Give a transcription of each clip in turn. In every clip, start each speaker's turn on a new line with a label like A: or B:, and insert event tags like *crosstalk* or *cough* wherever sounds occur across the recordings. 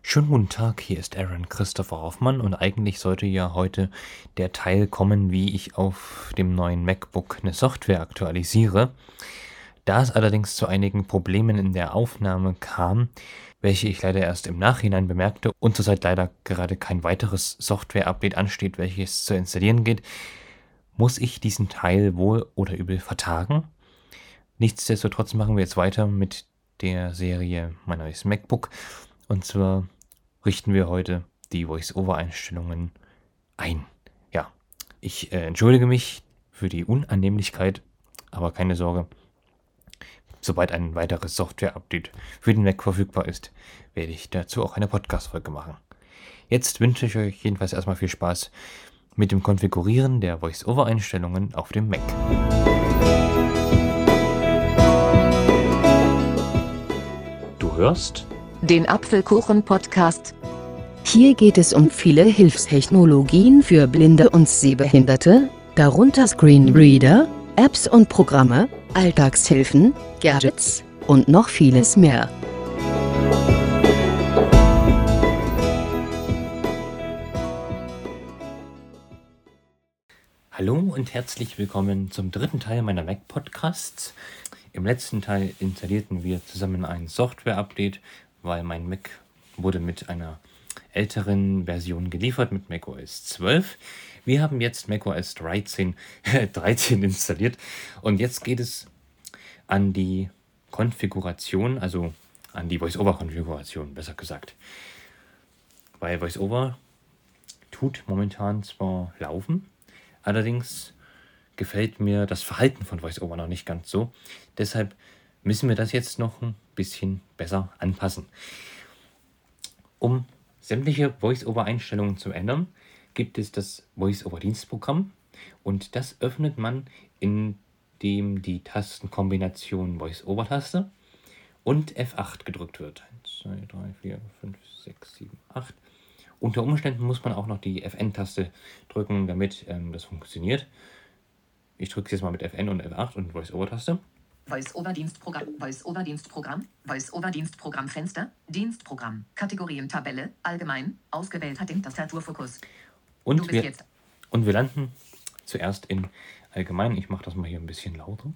A: Schönen guten Tag, hier ist Aaron Christopher Hoffmann und eigentlich sollte ja heute der Teil kommen, wie ich auf dem neuen MacBook eine Software aktualisiere. Da es allerdings zu einigen Problemen in der Aufnahme kam, welche ich leider erst im Nachhinein bemerkte und zurzeit leider gerade kein weiteres Software-Update ansteht, welches zu installieren geht, muss ich diesen Teil wohl oder übel vertagen. Nichtsdestotrotz machen wir jetzt weiter mit der Serie Mein neues MacBook. Und zwar richten wir heute die Voice-Over-Einstellungen ein. Ja, ich äh, entschuldige mich für die Unannehmlichkeit, aber keine Sorge. Sobald ein weiteres Software-Update für den Mac verfügbar ist, werde ich dazu auch eine Podcast-Folge machen. Jetzt wünsche ich euch jedenfalls erstmal viel Spaß mit dem Konfigurieren der Voice-Over-Einstellungen auf dem Mac. Du hörst
B: den Apfelkuchen-Podcast.
C: Hier geht es um viele Hilfstechnologien für Blinde und Sehbehinderte, darunter Screenreader, Apps und Programme, Alltagshilfen, Gadgets und noch vieles mehr.
A: Hallo und herzlich willkommen zum dritten Teil meiner Mac-Podcasts. Im letzten Teil installierten wir zusammen ein Software-Update, weil mein Mac wurde mit einer älteren Version geliefert, mit macOS 12. Wir haben jetzt macOS *laughs* 13, 13 installiert und jetzt geht es an die Konfiguration, also an die Voice-Over-Konfiguration, besser gesagt. Weil Voice-Over tut momentan zwar laufen, Allerdings gefällt mir das Verhalten von VoiceOver noch nicht ganz so. Deshalb müssen wir das jetzt noch ein bisschen besser anpassen. Um sämtliche VoiceOver-Einstellungen zu ändern, gibt es das VoiceOver-Dienstprogramm und das öffnet man, indem die Tastenkombination VoiceOver-Taste und F8 gedrückt wird. 1, 2, 3, 4, 5, 6, 7, 8. Unter Umständen muss man auch noch die FN-Taste drücken, damit ähm, das funktioniert. Ich drücke es jetzt mal mit FN und F8 und Voice-Over-Taste.
B: Voice-Over-Dienstprogramm, Voice-Over-Dienstprogramm, Voice-Over-Dienstprogrammfenster, Dienstprogramm, Kategorien Tabelle, allgemein, ausgewählt hat den Tastaturfokus. Du
A: Und
B: bist
A: wir,
B: jetzt.
A: und wir landen zuerst in allgemein. Ich mache das mal hier ein bisschen lauter.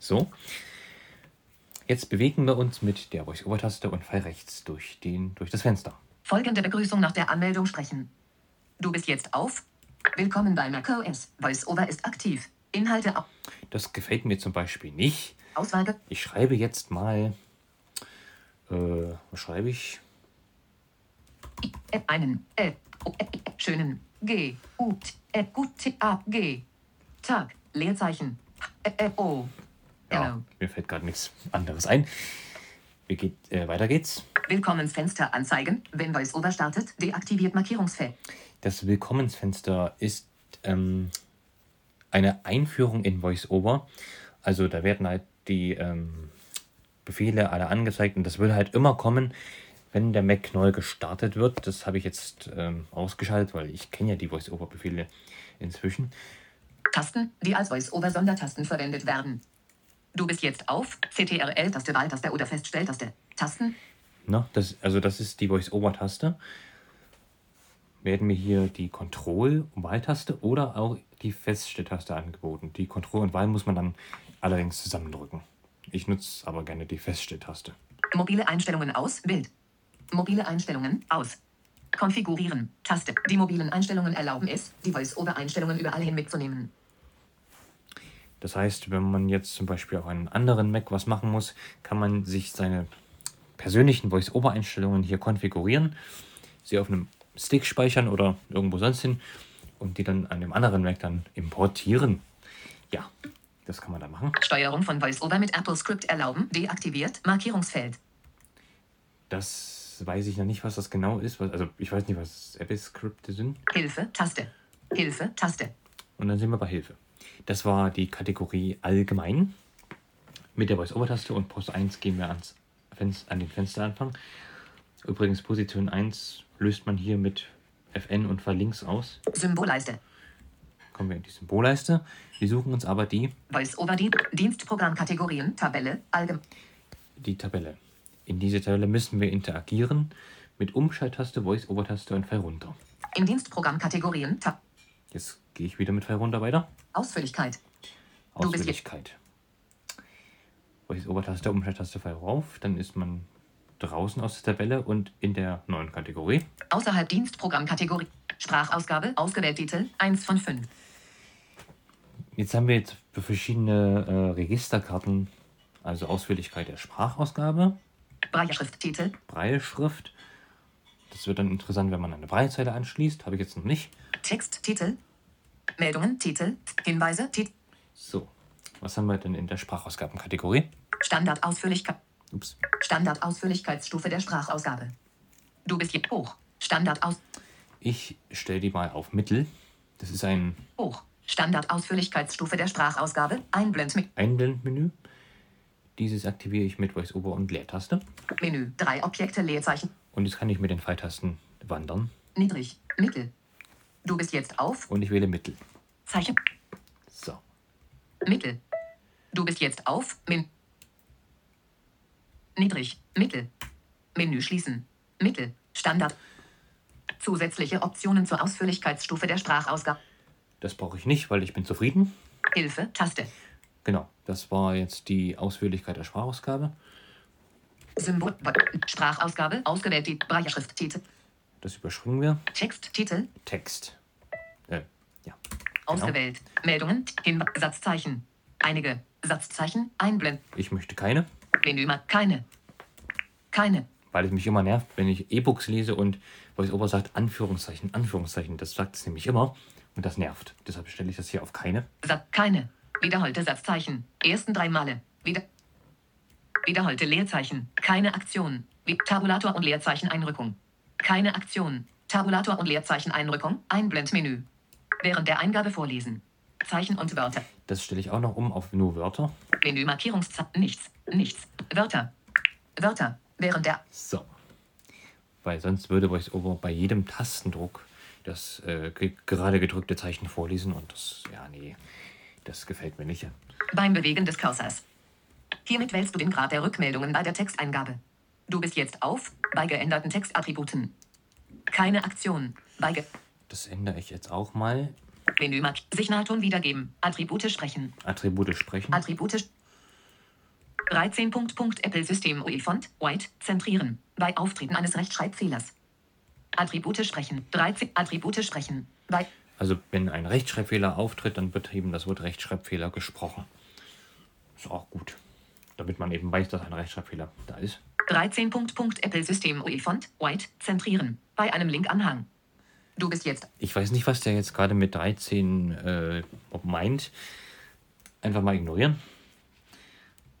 A: So. Jetzt bewegen wir uns mit der Voice-Over-Taste und Pfeil rechts durch, den, durch das Fenster.
B: Folgende Begrüßung nach der Anmeldung sprechen. Du bist jetzt auf. Willkommen bei macOS. Voice-Over ist aktiv. Inhalte au-
A: Das gefällt mir zum Beispiel nicht.
B: Auswahl.
A: Ich schreibe jetzt mal. Äh, was schreibe ich?
B: App einen. App. O- App- App- Schönen. G. U. T. App. Gut. T. A. G. Tag. Leerzeichen. App. App. O.
A: Ja,
B: Hello.
A: Ah, mir fällt gerade nichts anderes ein. Wir geht, äh, weiter geht's.
B: Willkommensfenster anzeigen. Wenn VoiceOver startet, deaktiviert Markierungsfeld.
A: Das Willkommensfenster ist ähm, eine Einführung in VoiceOver. Also da werden halt die ähm, Befehle alle angezeigt und das will halt immer kommen, wenn der Mac neu gestartet wird. Das habe ich jetzt ähm, ausgeschaltet, weil ich kenne ja die VoiceOver-Befehle inzwischen.
B: Tasten, die als VoiceOver-Sondertasten verwendet werden. Du bist jetzt auf CTRL-Taste, Wahltaste oder Feststelltaste. Tasten,
A: Na, das, also das ist die Voice-Over-Taste. Werden mir hier die Control- und Wahltaste oder auch die Feststelltaste angeboten. Die Control und Wahl muss man dann allerdings zusammendrücken. Ich nutze aber gerne die Feststelltaste.
B: mobile Einstellungen aus, Bild. Mobile Einstellungen aus. Konfigurieren, Taste. Die mobilen Einstellungen erlauben es, die VoiceOver-Einstellungen überall hin mitzunehmen.
A: Das heißt, wenn man jetzt zum Beispiel auf einem anderen Mac was machen muss, kann man sich seine persönlichen Voice-Over-Einstellungen hier konfigurieren, sie auf einem Stick speichern oder irgendwo sonst hin und die dann an dem anderen Mac dann importieren. Ja, das kann man dann machen.
B: Steuerung von VoiceOver mit Apple Script erlauben, deaktiviert, Markierungsfeld.
A: Das weiß ich noch nicht, was das genau ist. Was, also ich weiß nicht, was Abyss-Skripte sind.
B: Hilfe, Taste. Hilfe, Taste.
A: Und dann sind wir bei Hilfe. Das war die Kategorie Allgemein. Mit der Voice-Over-Taste und Post 1 gehen wir ans Fenster, an den Fensteranfang. Übrigens Position 1 löst man hier mit Fn und Ver links aus.
B: Symbolleiste.
A: Kommen wir in die Symbolleiste. Wir suchen uns aber die,
B: VoiceOver-Dienst, Dienstprogrammkategorien, Tabelle, allgemein.
A: die Tabelle. In diese Tabelle müssen wir interagieren mit Umschalttaste, Voice-Over-Taste und Pfeil runter.
B: Im Dienstprogramm Kategorien. Tab.
A: Jetzt gehe ich wieder mit Pfeil runter weiter.
B: Ausführlichkeit. Du bist jetzt-
A: Ausführlichkeit. Voice-Over-Taste, Umschalttaste, Pfeil rauf. Dann ist man draußen aus der Tabelle und in der neuen Kategorie.
B: Außerhalb Dienstprogramm Kategorie. Sprachausgabe. Ausgewählt Titel. 1 von 5.
A: Jetzt haben wir jetzt für verschiedene äh, Registerkarten, also Ausführlichkeit der Sprachausgabe,
B: Breitschrift. Titel.
A: Breilschrift. Das wird dann interessant, wenn man eine Breilzeile anschließt. Habe ich jetzt noch nicht.
B: Text. Titel. Meldungen. Titel. Hinweise. Titel.
A: So, was haben wir denn in der Sprachausgabenkategorie?
B: Standardausführlichkeit.
A: Ups.
B: Standardausführlichkeitsstufe der Sprachausgabe. Du bist jetzt hoch. Standardaus.
A: Ich stelle die mal auf Mittel. Das ist ein
B: Hoch. Standardausführlichkeitsstufe der Sprachausgabe. Einblend mit
A: Einblendmenü. Dieses aktiviere ich mit VoiceOver und Leertaste.
B: Menü. Drei Objekte. Leerzeichen.
A: Und jetzt kann ich mit den Pfeiltasten wandern.
B: Niedrig. Mittel. Du bist jetzt auf.
A: Und ich wähle Mittel.
B: Zeichen.
A: So.
B: Mittel. Du bist jetzt auf. Min. Niedrig. Mittel. Menü schließen. Mittel. Standard. Zusätzliche Optionen zur Ausführlichkeitsstufe der Sprachausgabe.
A: Das brauche ich nicht, weil ich bin zufrieden.
B: Hilfe. Taste.
A: Genau, das war jetzt die Ausführlichkeit der Sprachausgabe.
B: Symbol. Sprachausgabe. Ausgewählt die Breitschrift. Titel.
A: Das überspringen wir.
B: Text. Titel.
A: Genau. Text. Äh, ja.
B: Ausgewählt. Meldungen. Hinweis. Satzzeichen. Einige. Satzzeichen. Einblenden.
A: Ich möchte keine,
B: Menü. mal- Keine. Keine.
A: weil es mich immer nervt, wenn ich E-Books lese und VoiceOver sagt Anführungszeichen, Anführungszeichen. Das sagt es nämlich immer und das nervt. Deshalb stelle ich das hier auf keine.
B: Satz, keine. Wiederholte Satzzeichen. Ersten drei Male. Wieder. Wiederholte Leerzeichen. Keine Aktion. Wie Tabulator und Leerzeichen Einrückung. Keine Aktion. Tabulator und Leerzeichen Einrückung. Einblendmenü. Während der Eingabe vorlesen. Zeichen und Wörter.
A: Das stelle ich auch noch um auf nur Wörter.
B: Menü Markierungszeichen. Nichts. Nichts. Wörter. Wörter. Während der.
A: So. Weil sonst würde VoiceOver bei jedem Tastendruck das äh, ge gerade gedrückte Zeichen vorlesen und das, ja, nee, das gefällt mir nicht.
B: Beim Bewegen des Cursors. Hiermit wählst du den Grad der Rückmeldungen bei der Texteingabe. Du bist jetzt auf. Bei geänderten Textattributen. Keine Aktion. Bei ge
A: Das ändere ich jetzt auch mal.
B: Menümark. Signalton wiedergeben. Attribute sprechen.
A: Attribute sprechen.
B: Attribute. sch- 13. Punkt, Punkt, Apple System UI Font White zentrieren. Bei Auftreten eines Rechtschreibfehlers. Attribute sprechen. 13 Attribute sprechen. Bei
A: Also wenn ein Rechtschreibfehler auftritt, dann wird eben das Wort Rechtschreibfehler gesprochen. Ist auch gut. Damit man eben weiß, dass ein Rechtschreibfehler da ist.
B: 13. Punkt, Punkt, Apple System UI Font White zentrieren. Bei einem Linkanhang. Du bist jetzt
A: Ich weiß nicht, was der jetzt gerade mit 13 äh, ob meint. Einfach mal ignorieren.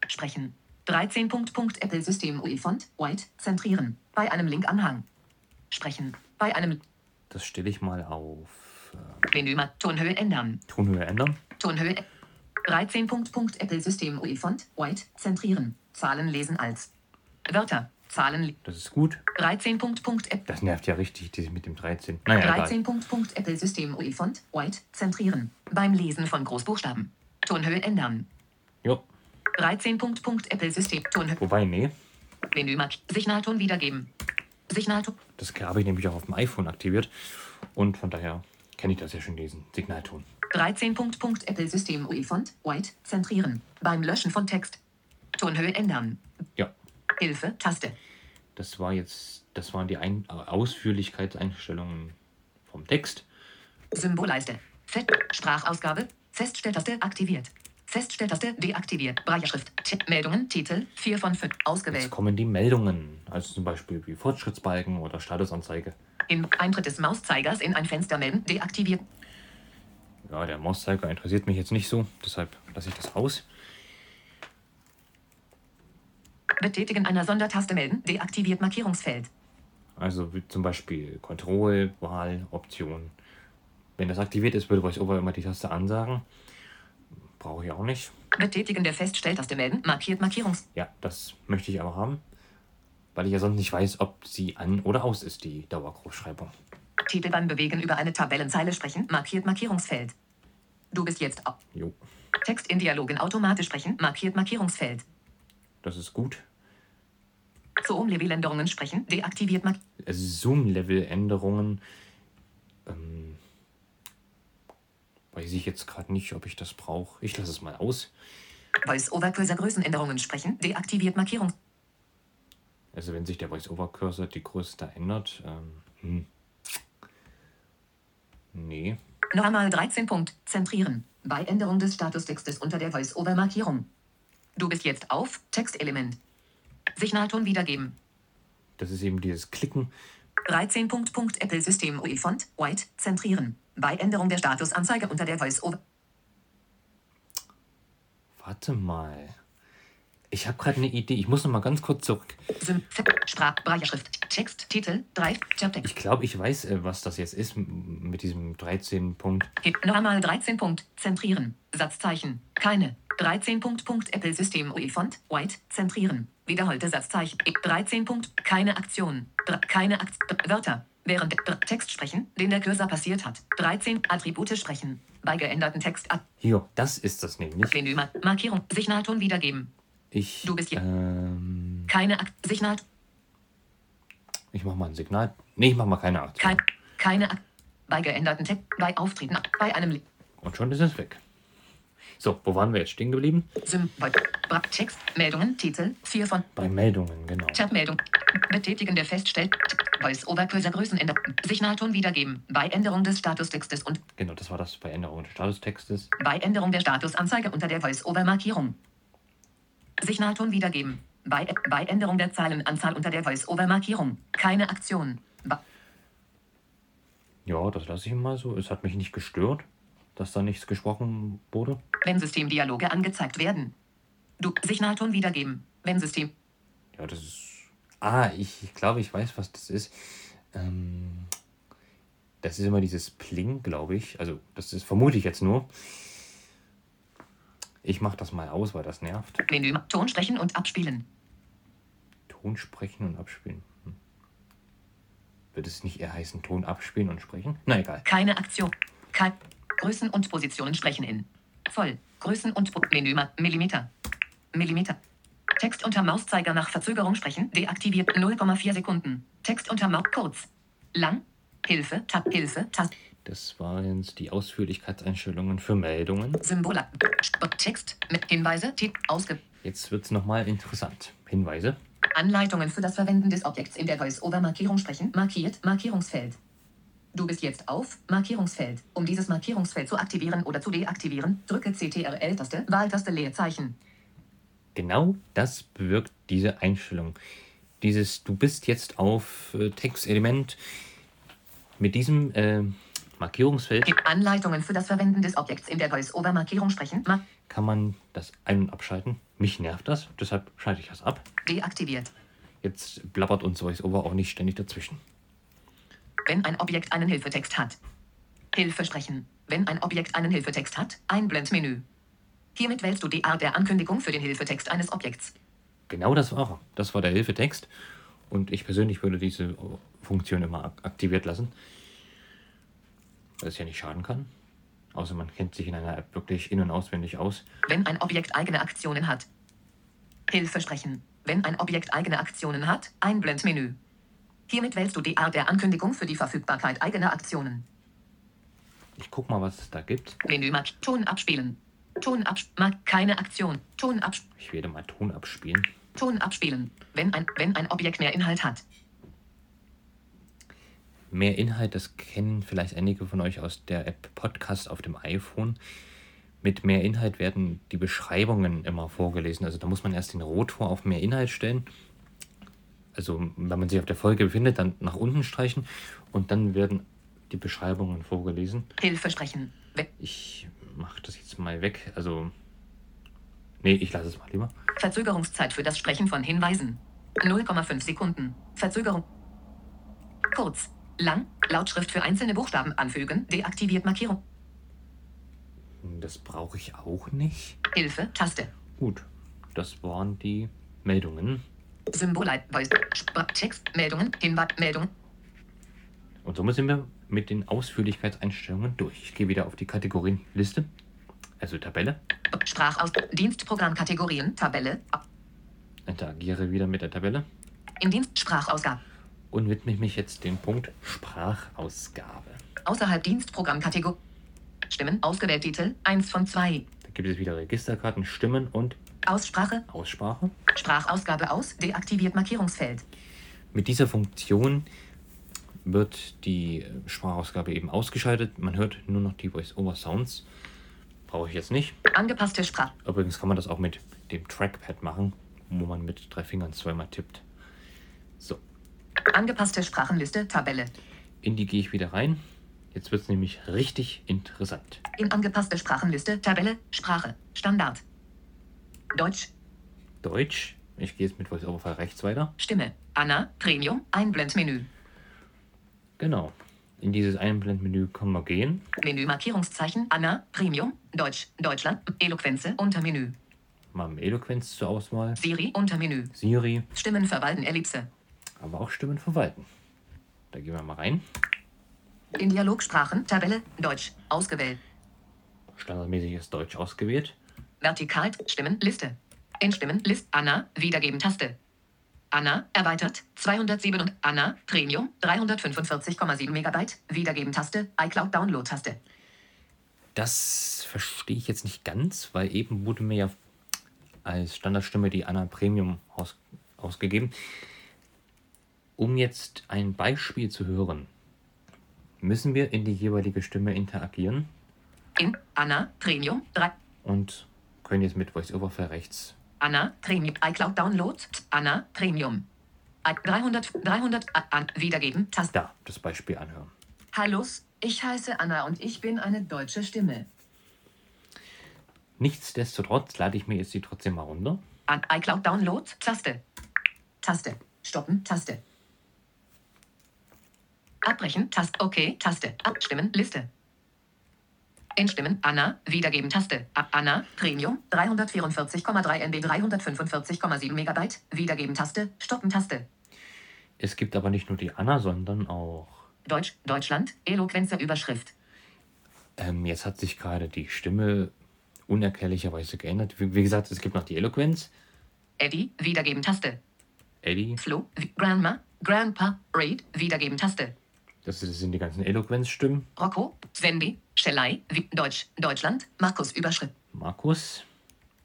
B: sprechen. 13. Punkt, Punkt, Apple System UI Font White zentrieren. Bei einem Linkanhang. Sprechen. Bei einem
A: Das stelle ich mal auf äh,
B: Menümark. Tonhöhe ändern.
A: Tonhöhe ändern.
B: Tonhöhe 13. Punkt, Punkt, Apple System UI Font White zentrieren. Zahlen lesen als Wörter. Zahlen li-
A: Das ist gut.
B: 13. Punkt, Punkt, App
A: Das nervt ja richtig, dieses mit dem 13. Naja,
B: 13. Punkt, Punkt, Apple System UI Font White zentrieren. Beim Lesen von Großbuchstaben. Tonhöhe ändern.
A: egal. Jo.
B: 13. Punkt, Punkt, Apple System Tonhöhe
A: Wobei, nee.
B: Menümark Signalton wiedergeben. Signalton
A: Das habe ich nämlich auch auf dem iPhone aktiviert. Und von daher kenne ich das ja schon, diesen Signalton.
B: 13. Punkt, Punkt, Apple System UI Font White zentrieren. Beim Löschen von Text. Tonhöhe ändern.
A: Ja,
B: Hilfe Taste.
A: Das war jetzt, das waren die Ein äh, Ausführlichkeitseinstellungen vom Text.
B: Symbolleiste. Fett. Sprachausgabe. Feststelltaste aktiviert. Feststelltaste deaktiviert. Breitschrift. T Meldungen. Titel. 4 von 5.
A: Jetzt
B: Ausgewählt.
A: kommen die Meldungen, also zum Beispiel wie Fortschrittsbalken oder Statusanzeige.
B: In Eintritt des Mauszeigers in ein Fenster melden. Deaktiviert.
A: Ja, der Mauszeiger interessiert mich jetzt nicht so, deshalb lasse ich das aus.
B: Betätigen einer Sondertaste melden. Deaktiviert Markierungsfeld.
A: Also wie zum Beispiel Control, Wahl, Option. Wenn das aktiviert ist, würde VoiceOver immer die Taste ansagen. Brauche ich auch nicht.
B: Betätigen der Feststelltaste melden. Markiert Markierungs.
A: Ja, das möchte ich aber haben, weil ich ja sonst nicht weiß, ob sie an oder aus ist, die Dauergroßschreibung.
B: Titel beim Bewegen über eine Tabellenzeile sprechen. Markiert Markierungsfeld. Du bist jetzt ab.
A: Jo,
B: Text in Dialogen automatisch sprechen. Markiert Markierungsfeld.
A: das ist gut.
B: Zu Umleveländerungen sprechen. Deaktiviert Mark.
A: Also Zoom-Level-Änderungen. Ähm, weiß ich jetzt gerade nicht, ob ich das brauche. Ich lasse es mal aus.
B: Voice-Over-Cursor Größenänderungen sprechen. Deaktiviert Markierung.
A: Also wenn sich der Voice-Over-Cursor die Größe da ändert. Ähm, hm. Nee.
B: Normal 13 Punkt. Zentrieren. Bei Änderung des Statustextes unter der Voice-Over-Markierung. Du bist jetzt auf Textelement. Signalton wiedergeben.
A: Das ist eben dieses Klicken.
B: 13 Punkt Punkt Apple System UI Font White zentrieren. Bei Änderung der Statusanzeige unter der Voice-Over.
A: Warte mal. Ich habe gerade eine Idee. Ich muss noch mal ganz kurz zurück.
B: Sym- Fe- Sprach, Breiterschrift, Text, Titel, 3, Subtext.
A: Ich glaube, ich weiß, äh, was das jetzt ist m- mit diesem 13 Punkt.
B: Hip- Normal 13 Punkt, zentrieren, Satzzeichen, keine. 13 Punkt Punkt Apple System UI Font, White, zentrieren, wiederholte Satzzeichen. I- 13 Punkt, keine Aktion, Dr- keine Aktion, Wörter, während Dr- Text sprechen, den der Cursor passiert hat. 13 Attribute sprechen, bei geänderten Text, Ab-
A: Hier, das ist das nämlich.
B: Menü, Mar- Markierung, Signalton wiedergeben,
A: Ich,
B: Du bist hier.
A: ähm,
B: keine Akt, Signal,
A: ich mach mal ein Signal. Nee, ich mach mal keine Art.
B: kein, keine Akt, bei geänderten Text, bei Auftreten, bei einem Li-
A: Und schon ist es weg. So, wo waren wir jetzt stehen geblieben?
B: Symbol. Bra- Text. Meldungen. Titel. 4 von.
A: Bei Meldungen, genau.
B: Tab-Meldung. Betätigen der Feststellt. Voice-Over-Cursor Größenänder. Signalton wiedergeben. Bei Änderung des Statustextes und
A: Genau, das war das bei Änderung des Statustextes.
B: bei Änderung der Statusanzeige unter der Voice-Over-Markierung. Signalton wiedergeben. Bei, bei Änderung der Zeilenanzahl unter der Voice-Over-Markierung. Keine Aktion. Ba
A: Ja, das lasse ich mal so. Es hat mich nicht gestört, dass da nichts gesprochen wurde.
B: wenn Systemdialoge angezeigt werden. Du. Signalton wiedergeben. Wenn System.
A: Ja, das ist. Ah, ich, ich glaube, ich weiß, was das ist. Ähm, das ist immer dieses Pling, glaube ich. Also, das ist vermute ich jetzt nur. Ich mache das mal aus, weil das nervt.
B: Menü. Ton sprechen und abspielen.
A: Ton sprechen und abspielen. Hm. Wird es nicht eher heißen, Ton abspielen und sprechen? Na egal.
B: Keine Aktion. Kein. Größen und Positionen sprechen in. Voll. Größen und Po- Menü Ma- Millimeter. Millimeter. Text unter Mauszeiger nach Verzögerung sprechen. Deaktiviert 0,4 Sekunden. Text unter Maus kurz. Lang. Hilfe. Tab. Hilfe. Tab.
A: Das waren jetzt die Ausführlichkeitseinstellungen für Meldungen.
B: Symbol. ab- Sp- Text. Mit Hinweise. Tipp. Ausge.
A: Jetzt wird es nochmal interessant. Hinweise.
B: Anleitungen für das Verwenden des Objekts in der Voice-Over-Markierung sprechen. Markiert. Markierungsfeld. Du bist jetzt auf Markierungsfeld. Um dieses Markierungsfeld zu aktivieren oder zu deaktivieren, drücke CTRL-Taste, Wahltaste, Leerzeichen.
A: Genau das bewirkt diese Einstellung. Dieses, du bist jetzt auf äh, Textelement mit diesem äh, Markierungsfeld
B: Gib Anleitungen für das Verwenden des Objekts in der Voice-Over-Markierung sprechen. Ma
A: kann man das ein- und abschalten. Mich nervt das, deshalb schalte ich das ab.
B: deaktiviert.
A: Jetzt blabbert uns VoiceOver auch nicht ständig dazwischen.
B: Wenn ein Objekt einen Hilfetext hat. Hilfe sprechen. Wenn ein Objekt einen Hilfetext hat, Einblendmenü. Hiermit wählst du die Art der Ankündigung für den Hilfetext eines Objekts.
A: Genau das war er. Das war der Hilfetext. Und ich persönlich würde diese äh, Funktion immer ak- aktiviert lassen. Weil es ja nicht schaden kann. Außer man kennt sich in einer App wirklich in- und auswendig aus.
B: Wenn ein Objekt eigene Aktionen hat. Hilfe sprechen. Wenn ein Objekt eigene Aktionen hat, Einblendmenü. Hiermit wählst du die Art der Ankündigung für die Verfügbarkeit eigener Aktionen.
A: Ich guck mal, was es da gibt.
B: Menü Mark. Ton abspielen. Ton abs Mark. Keine Aktion. Ton abs
A: Ich werde mal Ton abspielen.
B: Ton abspielen, wenn ein, wenn ein Objekt mehr Inhalt hat.
A: Mehr Inhalt, das kennen vielleicht einige von euch aus der App Podcast auf dem iPhone. Mit mehr Inhalt werden die Beschreibungen immer vorgelesen. Also da muss man erst den Rotor auf mehr Inhalt stellen. Also wenn man sich auf der Folge befindet, dann nach unten streichen und dann werden die Beschreibungen vorgelesen.
B: Hilfe sprechen. We
A: Ich mache das jetzt mal weg. Also nee, ich lasse es mal lieber.
B: Verzögerungszeit für das Sprechen von Hinweisen. 0,5 Sekunden. Verzögerung. Kurz. Lang. Lautschrift für einzelne Buchstaben anfügen. Deaktiviert Markierung.
A: Das brauche ich auch nicht.
B: Hilfe. Taste.
A: Gut, das waren die Meldungen.
B: Symbol. Voice. Spr Text. Meldungen. Hinweis. Meldung.
A: Und somit sind wir mit den Ausführlichkeitseinstellungen durch. Ich gehe wieder auf die Kategorienliste, also Tabelle,
B: B- Sprachaus. Dienstprogramm. Kategorien. Tabelle. A-
A: interagiere wieder mit der Tabelle.
B: Im Dienst Sprachausgabe.
A: und widme mich jetzt dem Punkt Sprachausgabe.
B: Außerhalb Dienstprogrammkategorie. Stimmen ausgewählt Titel 1 von 2.
A: Da gibt es wieder Registerkarten, Stimmen und
B: Aussprache.
A: Aussprache.
B: Sprachausgabe aus. Deaktiviert Markierungsfeld.
A: Mit dieser Funktion wird die Sprachausgabe eben ausgeschaltet. Man hört nur noch die Voice-Over-Sounds. Brauche ich jetzt nicht.
B: Angepasste Sprache.
A: Übrigens kann man das auch mit dem Trackpad machen, wo man mit drei Fingern zweimal tippt. So,
B: Angepasste Sprachenliste. Tabelle.
A: in die gehe ich wieder rein. Jetzt wird es nämlich richtig interessant.
B: In angepasste Sprachenliste. Tabelle. Sprache. Standard. Deutsch.
A: Deutsch. Ich gehe jetzt mit VoiceOver rechts weiter.
B: Stimme. Anna. Premium. Einblendmenü.
A: Genau. In dieses Einblendmenü können wir gehen.
B: Menü Markierungszeichen. Anna. Premium. Deutsch. Deutschland. Eloquenze. Untermenü.
A: Mal im Eloquenz zur Auswahl.
B: Siri. Untermenü.
A: Siri,
B: Stimmen verwalten. Ellipse.
A: aber auch Stimmen verwalten. Da gehen wir mal rein.
B: In Dialogsprachen. Tabelle. Deutsch. Ausgewählt.
A: Standardmäßig ist Deutsch ausgewählt.
B: Vertikal, Stimmen, Liste. In Stimmen, List, Anna, wiedergeben Taste. Anna, erweitert, 207 und Anna, Premium, 345,7 Megabyte, wiedergeben Taste, iCloud Download Taste.
A: Das verstehe ich jetzt nicht ganz, weil eben wurde mir ja als Standardstimme die Anna Premium aus, ausgegeben. Um jetzt ein Beispiel zu hören, müssen wir in die jeweilige Stimme interagieren
B: In Anna, Premium, 3,
A: und können jetzt mit VoiceOver für rechts
B: Anna, Premium, iCloud Download, Anna, Premium. I- 300, 300, a- an, wiedergeben Taste.
A: da das Beispiel anhören.
B: Hallo, ich heiße Anna und ich bin eine deutsche Stimme.
A: Nichtsdestotrotz lade ich mir jetzt die trotzdem mal runter.
B: An iCloud Download, Taste. Taste. Stoppen, Taste. Abbrechen, Taste. Okay, Taste. Abstimmen, Liste. Entstimmen, Anna, wiedergeben, Taste. A Anna, Premium, 344,3 MB, 345,7 Megabyte, wiedergeben, Taste, stoppen, Taste.
A: Es gibt aber nicht nur die Anna, sondern auch.
B: Deutsch, Deutschland, Eloquenzer Überschrift.
A: Ähm, jetzt hat sich gerade die Stimme unerklärlicherweise geändert. Wie, wie gesagt, es gibt noch die Eloquenz.
B: Eddie, wiedergeben, Taste.
A: Eddie,
B: Flo, wi- Grandma, Grandpa, Reid, wiedergeben, Taste.
A: das das sind die ganzen Eloquenzstimmen.
B: Rocco, Svendi, Schellei, wi- Deutsch, Deutschland, Markus, Überschrift.
A: Markus,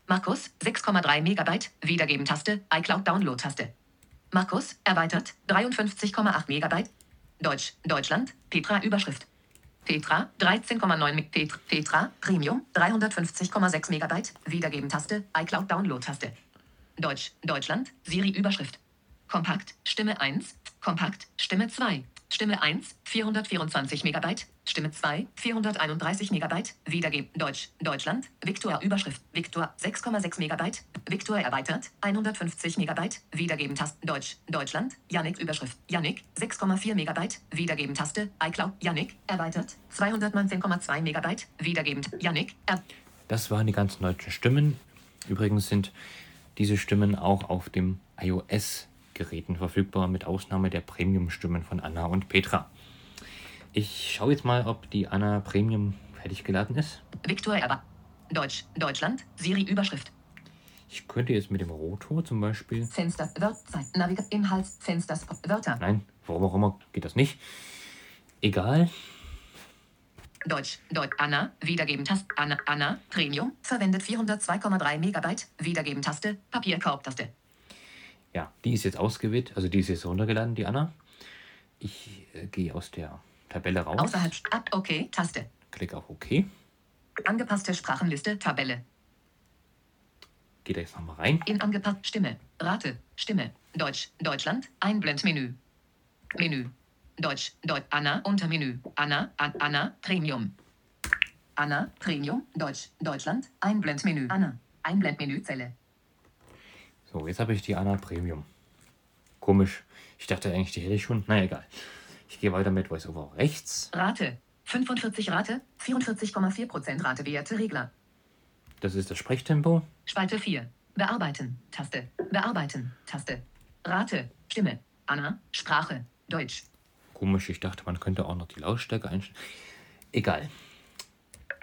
B: Markus, 6,3 Megabyte, Wiedergeben-Taste, iCloud-Download-Taste. Markus, erweitert, 53,8 Megabyte. Deutsch, Deutschland, Petra, Überschrift. Petra, 13,9 Me- Pet Petra, Premium, 350,6 Megabyte, Wiedergeben-Taste, iCloud-Download-Taste. Deutsch, Deutschland, Siri, Überschrift. Kompakt, Stimme 1, Kompakt, Stimme 2. Stimme 1, 424 Megabyte. Stimme 2, 431 Megabyte. Wiedergeben. Deutsch, Deutschland. Viktor Überschrift. Viktor 6,6 Megabyte. Viktor erweitert. 150 Megabyte. Wiedergeben Taste. Deutsch, Deutschland. Yannick Überschrift. Yannick 6,4 Megabyte. Wiedergeben Taste. iCloud. Yannick erweitert. 219,2 Megabyte. Wiedergeben. Yannick. Er
A: das waren die ganzen deutschen Stimmen. Übrigens sind diese Stimmen auch auf dem iOS-Geräten verfügbar, mit Ausnahme der Premium-Stimmen von Anna und Petra. Ich schaue jetzt mal, ob die Anna Premium fertig geladen ist.
B: Viktor erweitert. Deutsch, Deutschland. Siri Überschrift.
A: Ich könnte jetzt mit dem Rotor zum Beispiel.
B: Fenster, Wörter, Naviga, Inhalt, Fenster, Wörter,
A: Nein, warum auch immer geht das nicht. Egal.
B: Deutsch, Deutsch, Anna, Wiedergeben, Taste, Anna, Anna, Premium, verwendet 402,3 Megabyte, Wiedergeben, Taste, Papierkorb, Taste,
A: Ja, die ist jetzt ausgewählt. Also die ist jetzt runtergeladen, die Anna. Ich äh, gehe aus der Tabelle raus.
B: außerhalb, ab, okay, Taste,
A: Klick auf OK.
B: angepasste Sprachenliste, Tabelle,
A: Gehe da jetzt nochmal rein.
B: in angepasst, Stimme, Rate, Stimme, Deutsch, Deutschland, Einblendmenü, Menü, Deutsch, Deutsch, Anna, Untermenü, Anna, an, Anna, Premium, Anna, Premium, Deutsch, Deutschland, Einblendmenü, Anna, Einblendmenü, Zelle,
A: So, jetzt habe ich die Anna Premium. Komisch. Ich dachte eigentlich, die hätte ich schon. Na egal. Ich gehe weiter mit VoiceOver rechts.
B: Rate. 45 Rate, 44,4% Ratewerte Regler.
A: Das ist das Sprechtempo.
B: Spalte 4. Bearbeiten. Taste. Bearbeiten. Taste. Rate. Stimme. Anna. Sprache. Deutsch.
A: Komisch, ich dachte, man könnte auch noch die Lautstärke einstellen. Egal.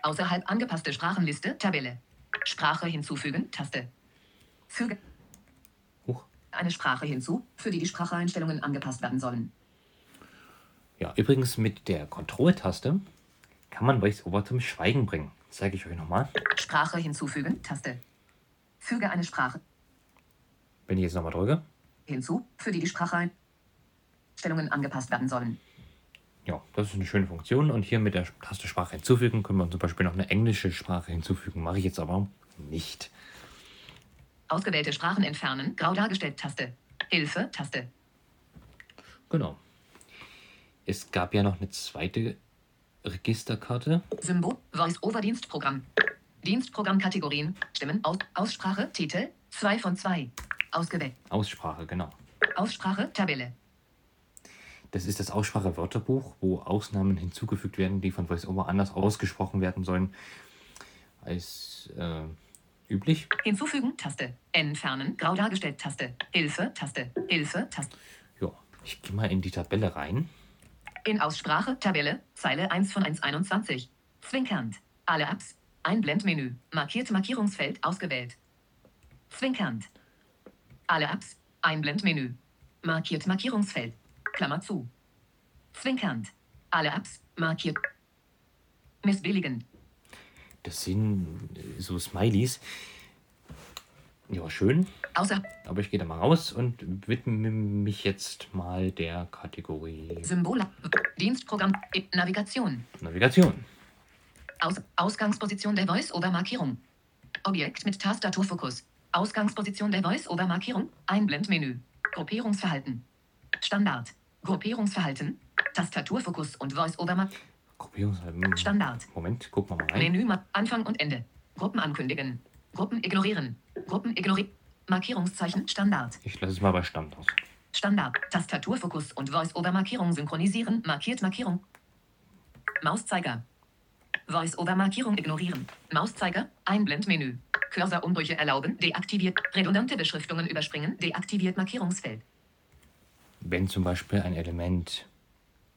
B: Außerhalb angepasste Sprachenliste. Tabelle. Sprache hinzufügen. Taste. Füge.
A: Huch.
B: eine Sprache hinzu, für die die Spracheinstellungen angepasst werden sollen.
A: Ja, übrigens mit der Control-Taste kann man VoiceOver zum Schweigen bringen. Zeige ich euch nochmal.
B: Sprache hinzufügen, Taste. Füge eine Sprache
A: Wenn ich jetzt nochmal drücke.
B: hinzu, für die die Spracheinstellungen angepasst werden sollen.
A: Ja, das ist eine schöne Funktion. Und hier mit der Taste Sprache hinzufügen können wir zum Beispiel noch eine englische Sprache hinzufügen. Mache ich jetzt aber nicht.
B: Ausgewählte Sprachen entfernen, grau dargestellt, Taste. Hilfe, Taste.
A: Genau. Es gab ja noch eine zweite Registerkarte.
B: Symbol, Voice-Over-Dienstprogramm. Dienstprogrammkategorien, Stimmen, Aus Aussprache, Titel, 2 von 2. Ausgewählt.
A: Aussprache, genau.
B: Aussprache, Tabelle.
A: Das ist das Aussprache-Wörterbuch, wo Ausnahmen hinzugefügt werden, die von VoiceOver anders ausgesprochen werden sollen als äh, üblich.
B: Hinzufügen, Taste. Entfernen, grau dargestellt, Taste. Hilfe, Taste. Hilfe, Taste.
A: Ja, ich gehe mal in die Tabelle rein.
B: In Aussprache, Tabelle, Zeile 1 von 121. Zwinkernd. Alle Apps. Einblendmenü. Markiert Markierungsfeld ausgewählt. Zwinkernd. Alle Apps. Einblendmenü. Markiert Markierungsfeld. Klammer zu. Zwinkernd. Alle Apps. Markiert. Missbilligen.
A: Das sind äh, so Smileys. Ja, schön.
B: Außer
A: Aber ich gehe da mal raus und widme mich jetzt mal der Kategorie
B: Symbole. Dienstprogramm. Navigation.
A: Navigation.
B: Aus Ausgangsposition der Voice-Over-Markierung. Objekt mit Tastaturfokus. Ausgangsposition der Voice-Over-Markierung. Einblendmenü. Gruppierungsverhalten. Standard. Gruppierungsverhalten. Tastaturfokus und Voice-Over-Markierung.
A: Gruppierungshalben.
B: Standard.
A: Moment, gucken wir mal rein.
B: Menü ma- Anfang und Ende. Gruppen ankündigen. Gruppen ignorieren. Gruppen ignorieren. Markierungszeichen Standard.
A: Ich lasse es mal bei Stand aus.
B: Standard. Tastaturfokus und Voice-Over-Markierung synchronisieren. Markiert Markierung. Mauszeiger. Voice-Over-Markierung ignorieren. Mauszeiger. Einblendmenü. Cursorumbrüche erlauben. Deaktiviert. Redundante Beschriftungen überspringen. Deaktiviert Markierungsfeld.
A: wenn zum Beispiel ein Element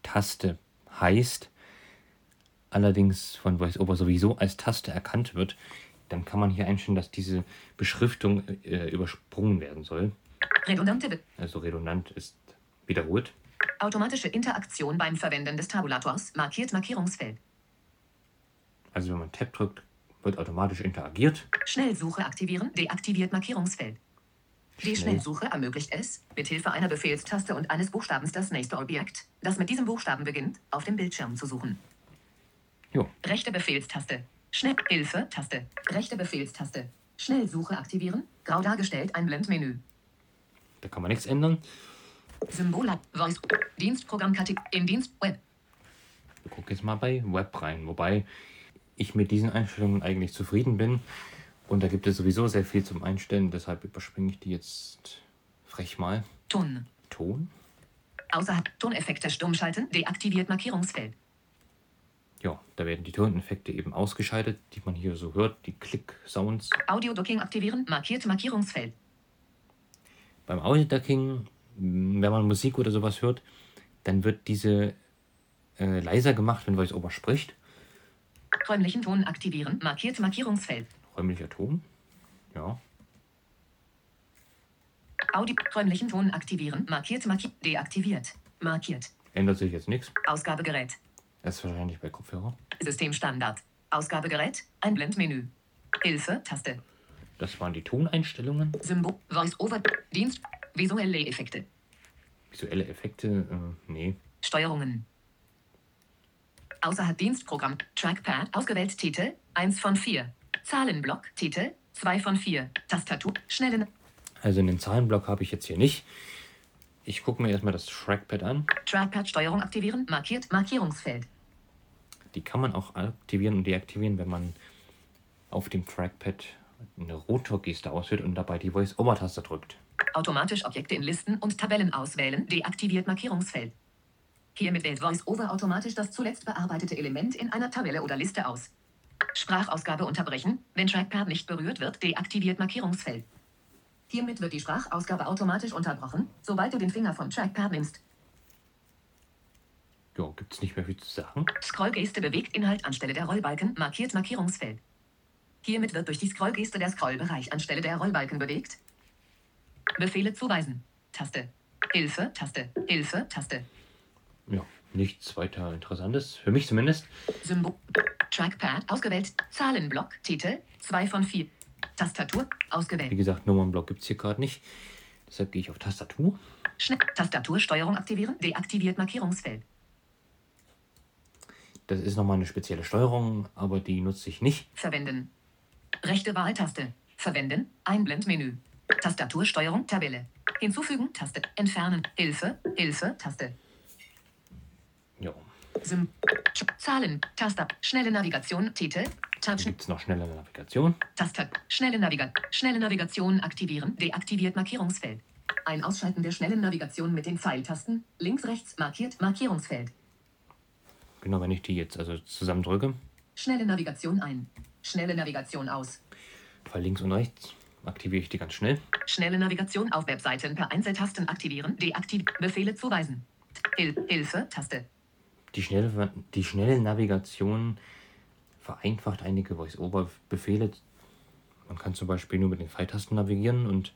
A: Taste heißt, allerdings von VoiceOver sowieso als Taste erkannt wird, dann kann man hier einstellen, dass diese Beschriftung äh, übersprungen werden soll.
B: Redundante Be
A: Also redundant ist wiederholt.
B: Automatische Interaktion beim Verwenden des Tabulators. Markiert Markierungsfeld.
A: Also wenn man Tab drückt, wird automatisch interagiert.
B: Schnellsuche aktivieren. Deaktiviert Markierungsfeld. Die
A: Schnell-
B: Schnellsuche ermöglicht es, mit Hilfe einer Befehlstaste und eines Buchstabens das nächste Objekt, das mit diesem Buchstaben beginnt, auf dem Bildschirm zu suchen.
A: Jo,
B: Rechte Befehlstaste. Schnell Hilfe Taste. Rechte Befehlstaste. Schnellsuche aktivieren. Grau dargestellt ein Blendmenü.
A: da kann man nichts ändern.
B: Symbol Voice Dienstprogramm in Dienst Web.
A: Wir gucken jetzt mal bei Web rein, wobei ich mit diesen Einstellungen eigentlich zufrieden bin. Und da gibt es sowieso sehr viel zum Einstellen, deshalb überspringe ich die jetzt frech mal.
B: Ton.
A: Ton?
B: Außerhalb Toneffekte stumm schalten. Deaktiviert Markierungsfeld.
A: Ja, da werden die Toneffekte eben ausgeschaltet, die man hier so hört, die Klick-Sounds.
B: Audio Docking aktivieren. Markiert Markierungsfeld.
A: Beim Audio-Ducking, mh, wenn man Musik oder sowas hört, dann wird diese äh, leiser gemacht, wenn VoiceOver spricht.
B: Räumlichen Ton aktivieren. Markiert Markierungsfeld.
A: Räumlicher Ton. Ja.
B: Audio räumlichen Ton aktivieren. Markiert markiert deaktiviert. Markiert.
A: Ändert sich jetzt nichts.
B: Ausgabegerät.
A: Das ist wahrscheinlich bei Kopfhörer.
B: Systemstandard. Ausgabegerät. Ein Blendmenü. Hilfe Taste.
A: Das waren die Toneinstellungen.
B: Symbol, Voice-Over, Dienst, visuelle Effekte,
A: Visuelle Effekte, äh, nee.
B: Steuerungen. Außerhalb Dienstprogramm, Trackpad, ausgewählt Titel, 1 von 4. Zahlenblock, Titel, 2 von 4. Tastatur, schnellen
A: Also einen Zahlenblock habe ich jetzt hier nicht. Ich gucke mir erstmal das Trackpad an.
B: Trackpad-Steuerung aktivieren, markiert, Markierungsfeld.
A: Die kann man auch aktivieren und deaktivieren, wenn man auf dem Trackpad eine Rotorgeste ausführt und dabei die Voice-Over-Taste drückt.
B: Automatisch Objekte in Listen und Tabellen auswählen, deaktiviert Markierungsfeld. Hiermit wählt VoiceOver automatisch das zuletzt bearbeitete Element in einer Tabelle oder Liste aus. Sprachausgabe unterbrechen, wenn Trackpad nicht berührt wird, deaktiviert Markierungsfeld. Hiermit wird die Sprachausgabe automatisch unterbrochen, sobald du den Finger vom Trackpad nimmst.
A: Ja, gibt es nicht mehr viel zu sagen.
B: Scrollgeste bewegt Inhalt anstelle der Rollbalken, markiert Markierungsfeld. Hiermit wird durch die Scrollgeste der Scrollbereich anstelle der Rollbalken bewegt. Befehle zuweisen. Taste. Hilfe, Taste. Hilfe, Taste.
A: Ja, nichts weiter Interessantes. Für mich zumindest.
B: Symbol. Trackpad ausgewählt. Zahlenblock. Titel. 2 von 4. Tastatur
A: Wie
B: ausgewählt.
A: gesagt, Nummernblock gibt es hier gerade nicht. Deshalb gehe ich auf Tastatur.
B: Schnell. Tastatursteuerung aktivieren. Deaktiviert Markierungsfeld.
A: Das ist nochmal eine spezielle Steuerung, aber die nutze ich nicht.
B: Verwenden. Rechte Wahltaste. Verwenden. Einblendmenü. Tastatursteuerung Tabelle. Hinzufügen Taste. Entfernen. Hilfe. Hilfe. Taste.
A: Ja,
B: Sim. Sch- Zahlen. Taster. Schnelle Navigation. Titel. Tab.
A: dann gibt es noch schnelle Navigation.
B: Taster. Schnelle Navigation. Schnelle Navigation aktivieren. Deaktiviert Markierungsfeld. Ein Ausschalten der schnellen Navigation mit den Pfeiltasten. Links, rechts markiert Markierungsfeld.
A: Genau, wenn ich die jetzt also zusammendrücke,
B: Schnelle Navigation ein. Schnelle Navigation aus.
A: bei links und rechts aktiviere ich die ganz schnell.
B: Schnelle Navigation auf Webseiten per Einzeltasten aktivieren. Deaktiv. Befehle zuweisen. Hil Hilfe. Taste.
A: Die schnelle, die schnelle Navigation vereinfacht einige Voice-Over-Befehle. Man kann zum Beispiel nur mit den Pfeiltasten navigieren und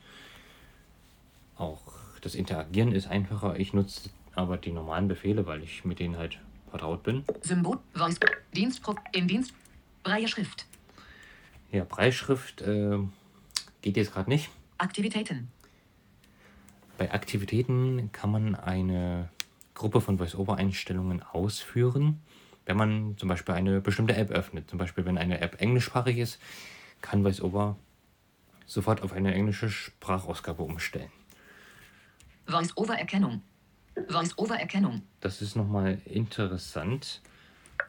A: auch das Interagieren ist einfacher. Ich nutze aber die normalen Befehle, weil ich mit denen halt vertraut bin.
B: Symbol. Voice. Dienstpro. Im Dienst. Freie Schrift.
A: Ja, Preisschrift äh, geht jetzt gerade nicht.
B: Aktivitäten.
A: Bei Aktivitäten kann man eine Gruppe von Voice-Over-Einstellungen ausführen, wenn man zum Beispiel eine bestimmte App öffnet. Zum Beispiel, wenn eine App englischsprachig ist, kann Voice-Over sofort auf eine englische Sprachausgabe umstellen.
B: Voice-over-Erkennung. Voice-over-Erkennung.
A: Das ist nochmal interessant.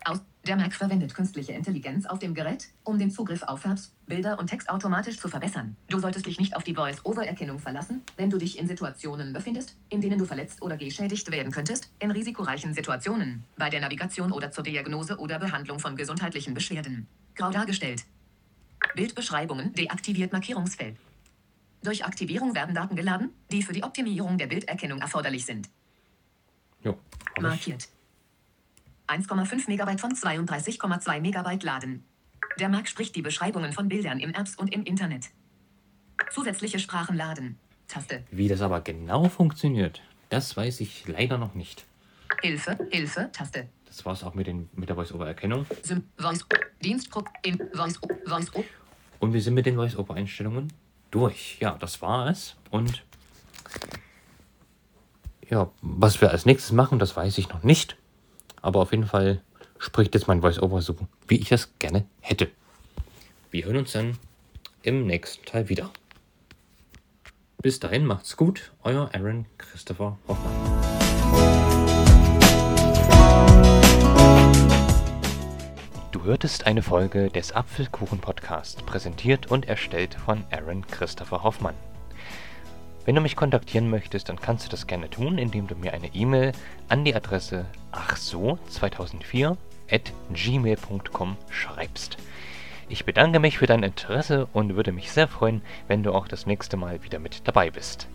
B: Aus. Der Mac verwendet künstliche Intelligenz auf dem Gerät, um den Zugriff auf Apps, Bilder und Text automatisch zu verbessern. Du solltest dich nicht auf die Voice-over-Erkennung verlassen, wenn du dich in Situationen befindest, in denen du verletzt oder geschädigt werden könntest, in risikoreichen Situationen, bei der Navigation oder zur Diagnose oder Behandlung von gesundheitlichen Beschwerden. Grau dargestellt. Bildbeschreibungen deaktiviert Markierungsfeld. Durch Aktivierung werden Daten geladen, die für die Optimierung der Bilderkennung erforderlich sind.
A: Jo, hab ich.
B: Markiert. 1,5 Megabyte von 32,2 Megabyte laden. Der Marc spricht die Beschreibungen von Bildern im Apps und im Internet. Zusätzliche Sprachen laden. Taste.
A: Wie das aber genau funktioniert, das weiß ich leider noch nicht.
B: Hilfe, Hilfe, Taste.
A: Das war's auch mit, den, mit der Voice-Over-Erkennung.
B: Sim, Voice, Dienstpro, im, Voice, Voice,
A: Und wir sind mit den Voice-Over-Einstellungen durch. Ja, das war es. Und ja, was wir als nächstes machen, das weiß ich noch nicht. Aber auf jeden Fall spricht jetzt mein Voice-Over so, wie ich das gerne hätte. Wir hören uns dann im nächsten Teil wieder. Bis dahin, macht's gut. Euer Aaron Christopher Hoffmann. Du hörtest eine Folge des Apfelkuchen-Podcasts, präsentiert und erstellt von Aaron Christopher Hoffmann. Wenn du mich kontaktieren möchtest, dann kannst du das gerne tun, indem du mir eine E-Mail an die Adresse achso2004 at gmail.com schreibst. Ich bedanke mich für dein Interesse und würde mich sehr freuen, wenn du auch das nächste Mal wieder mit dabei bist.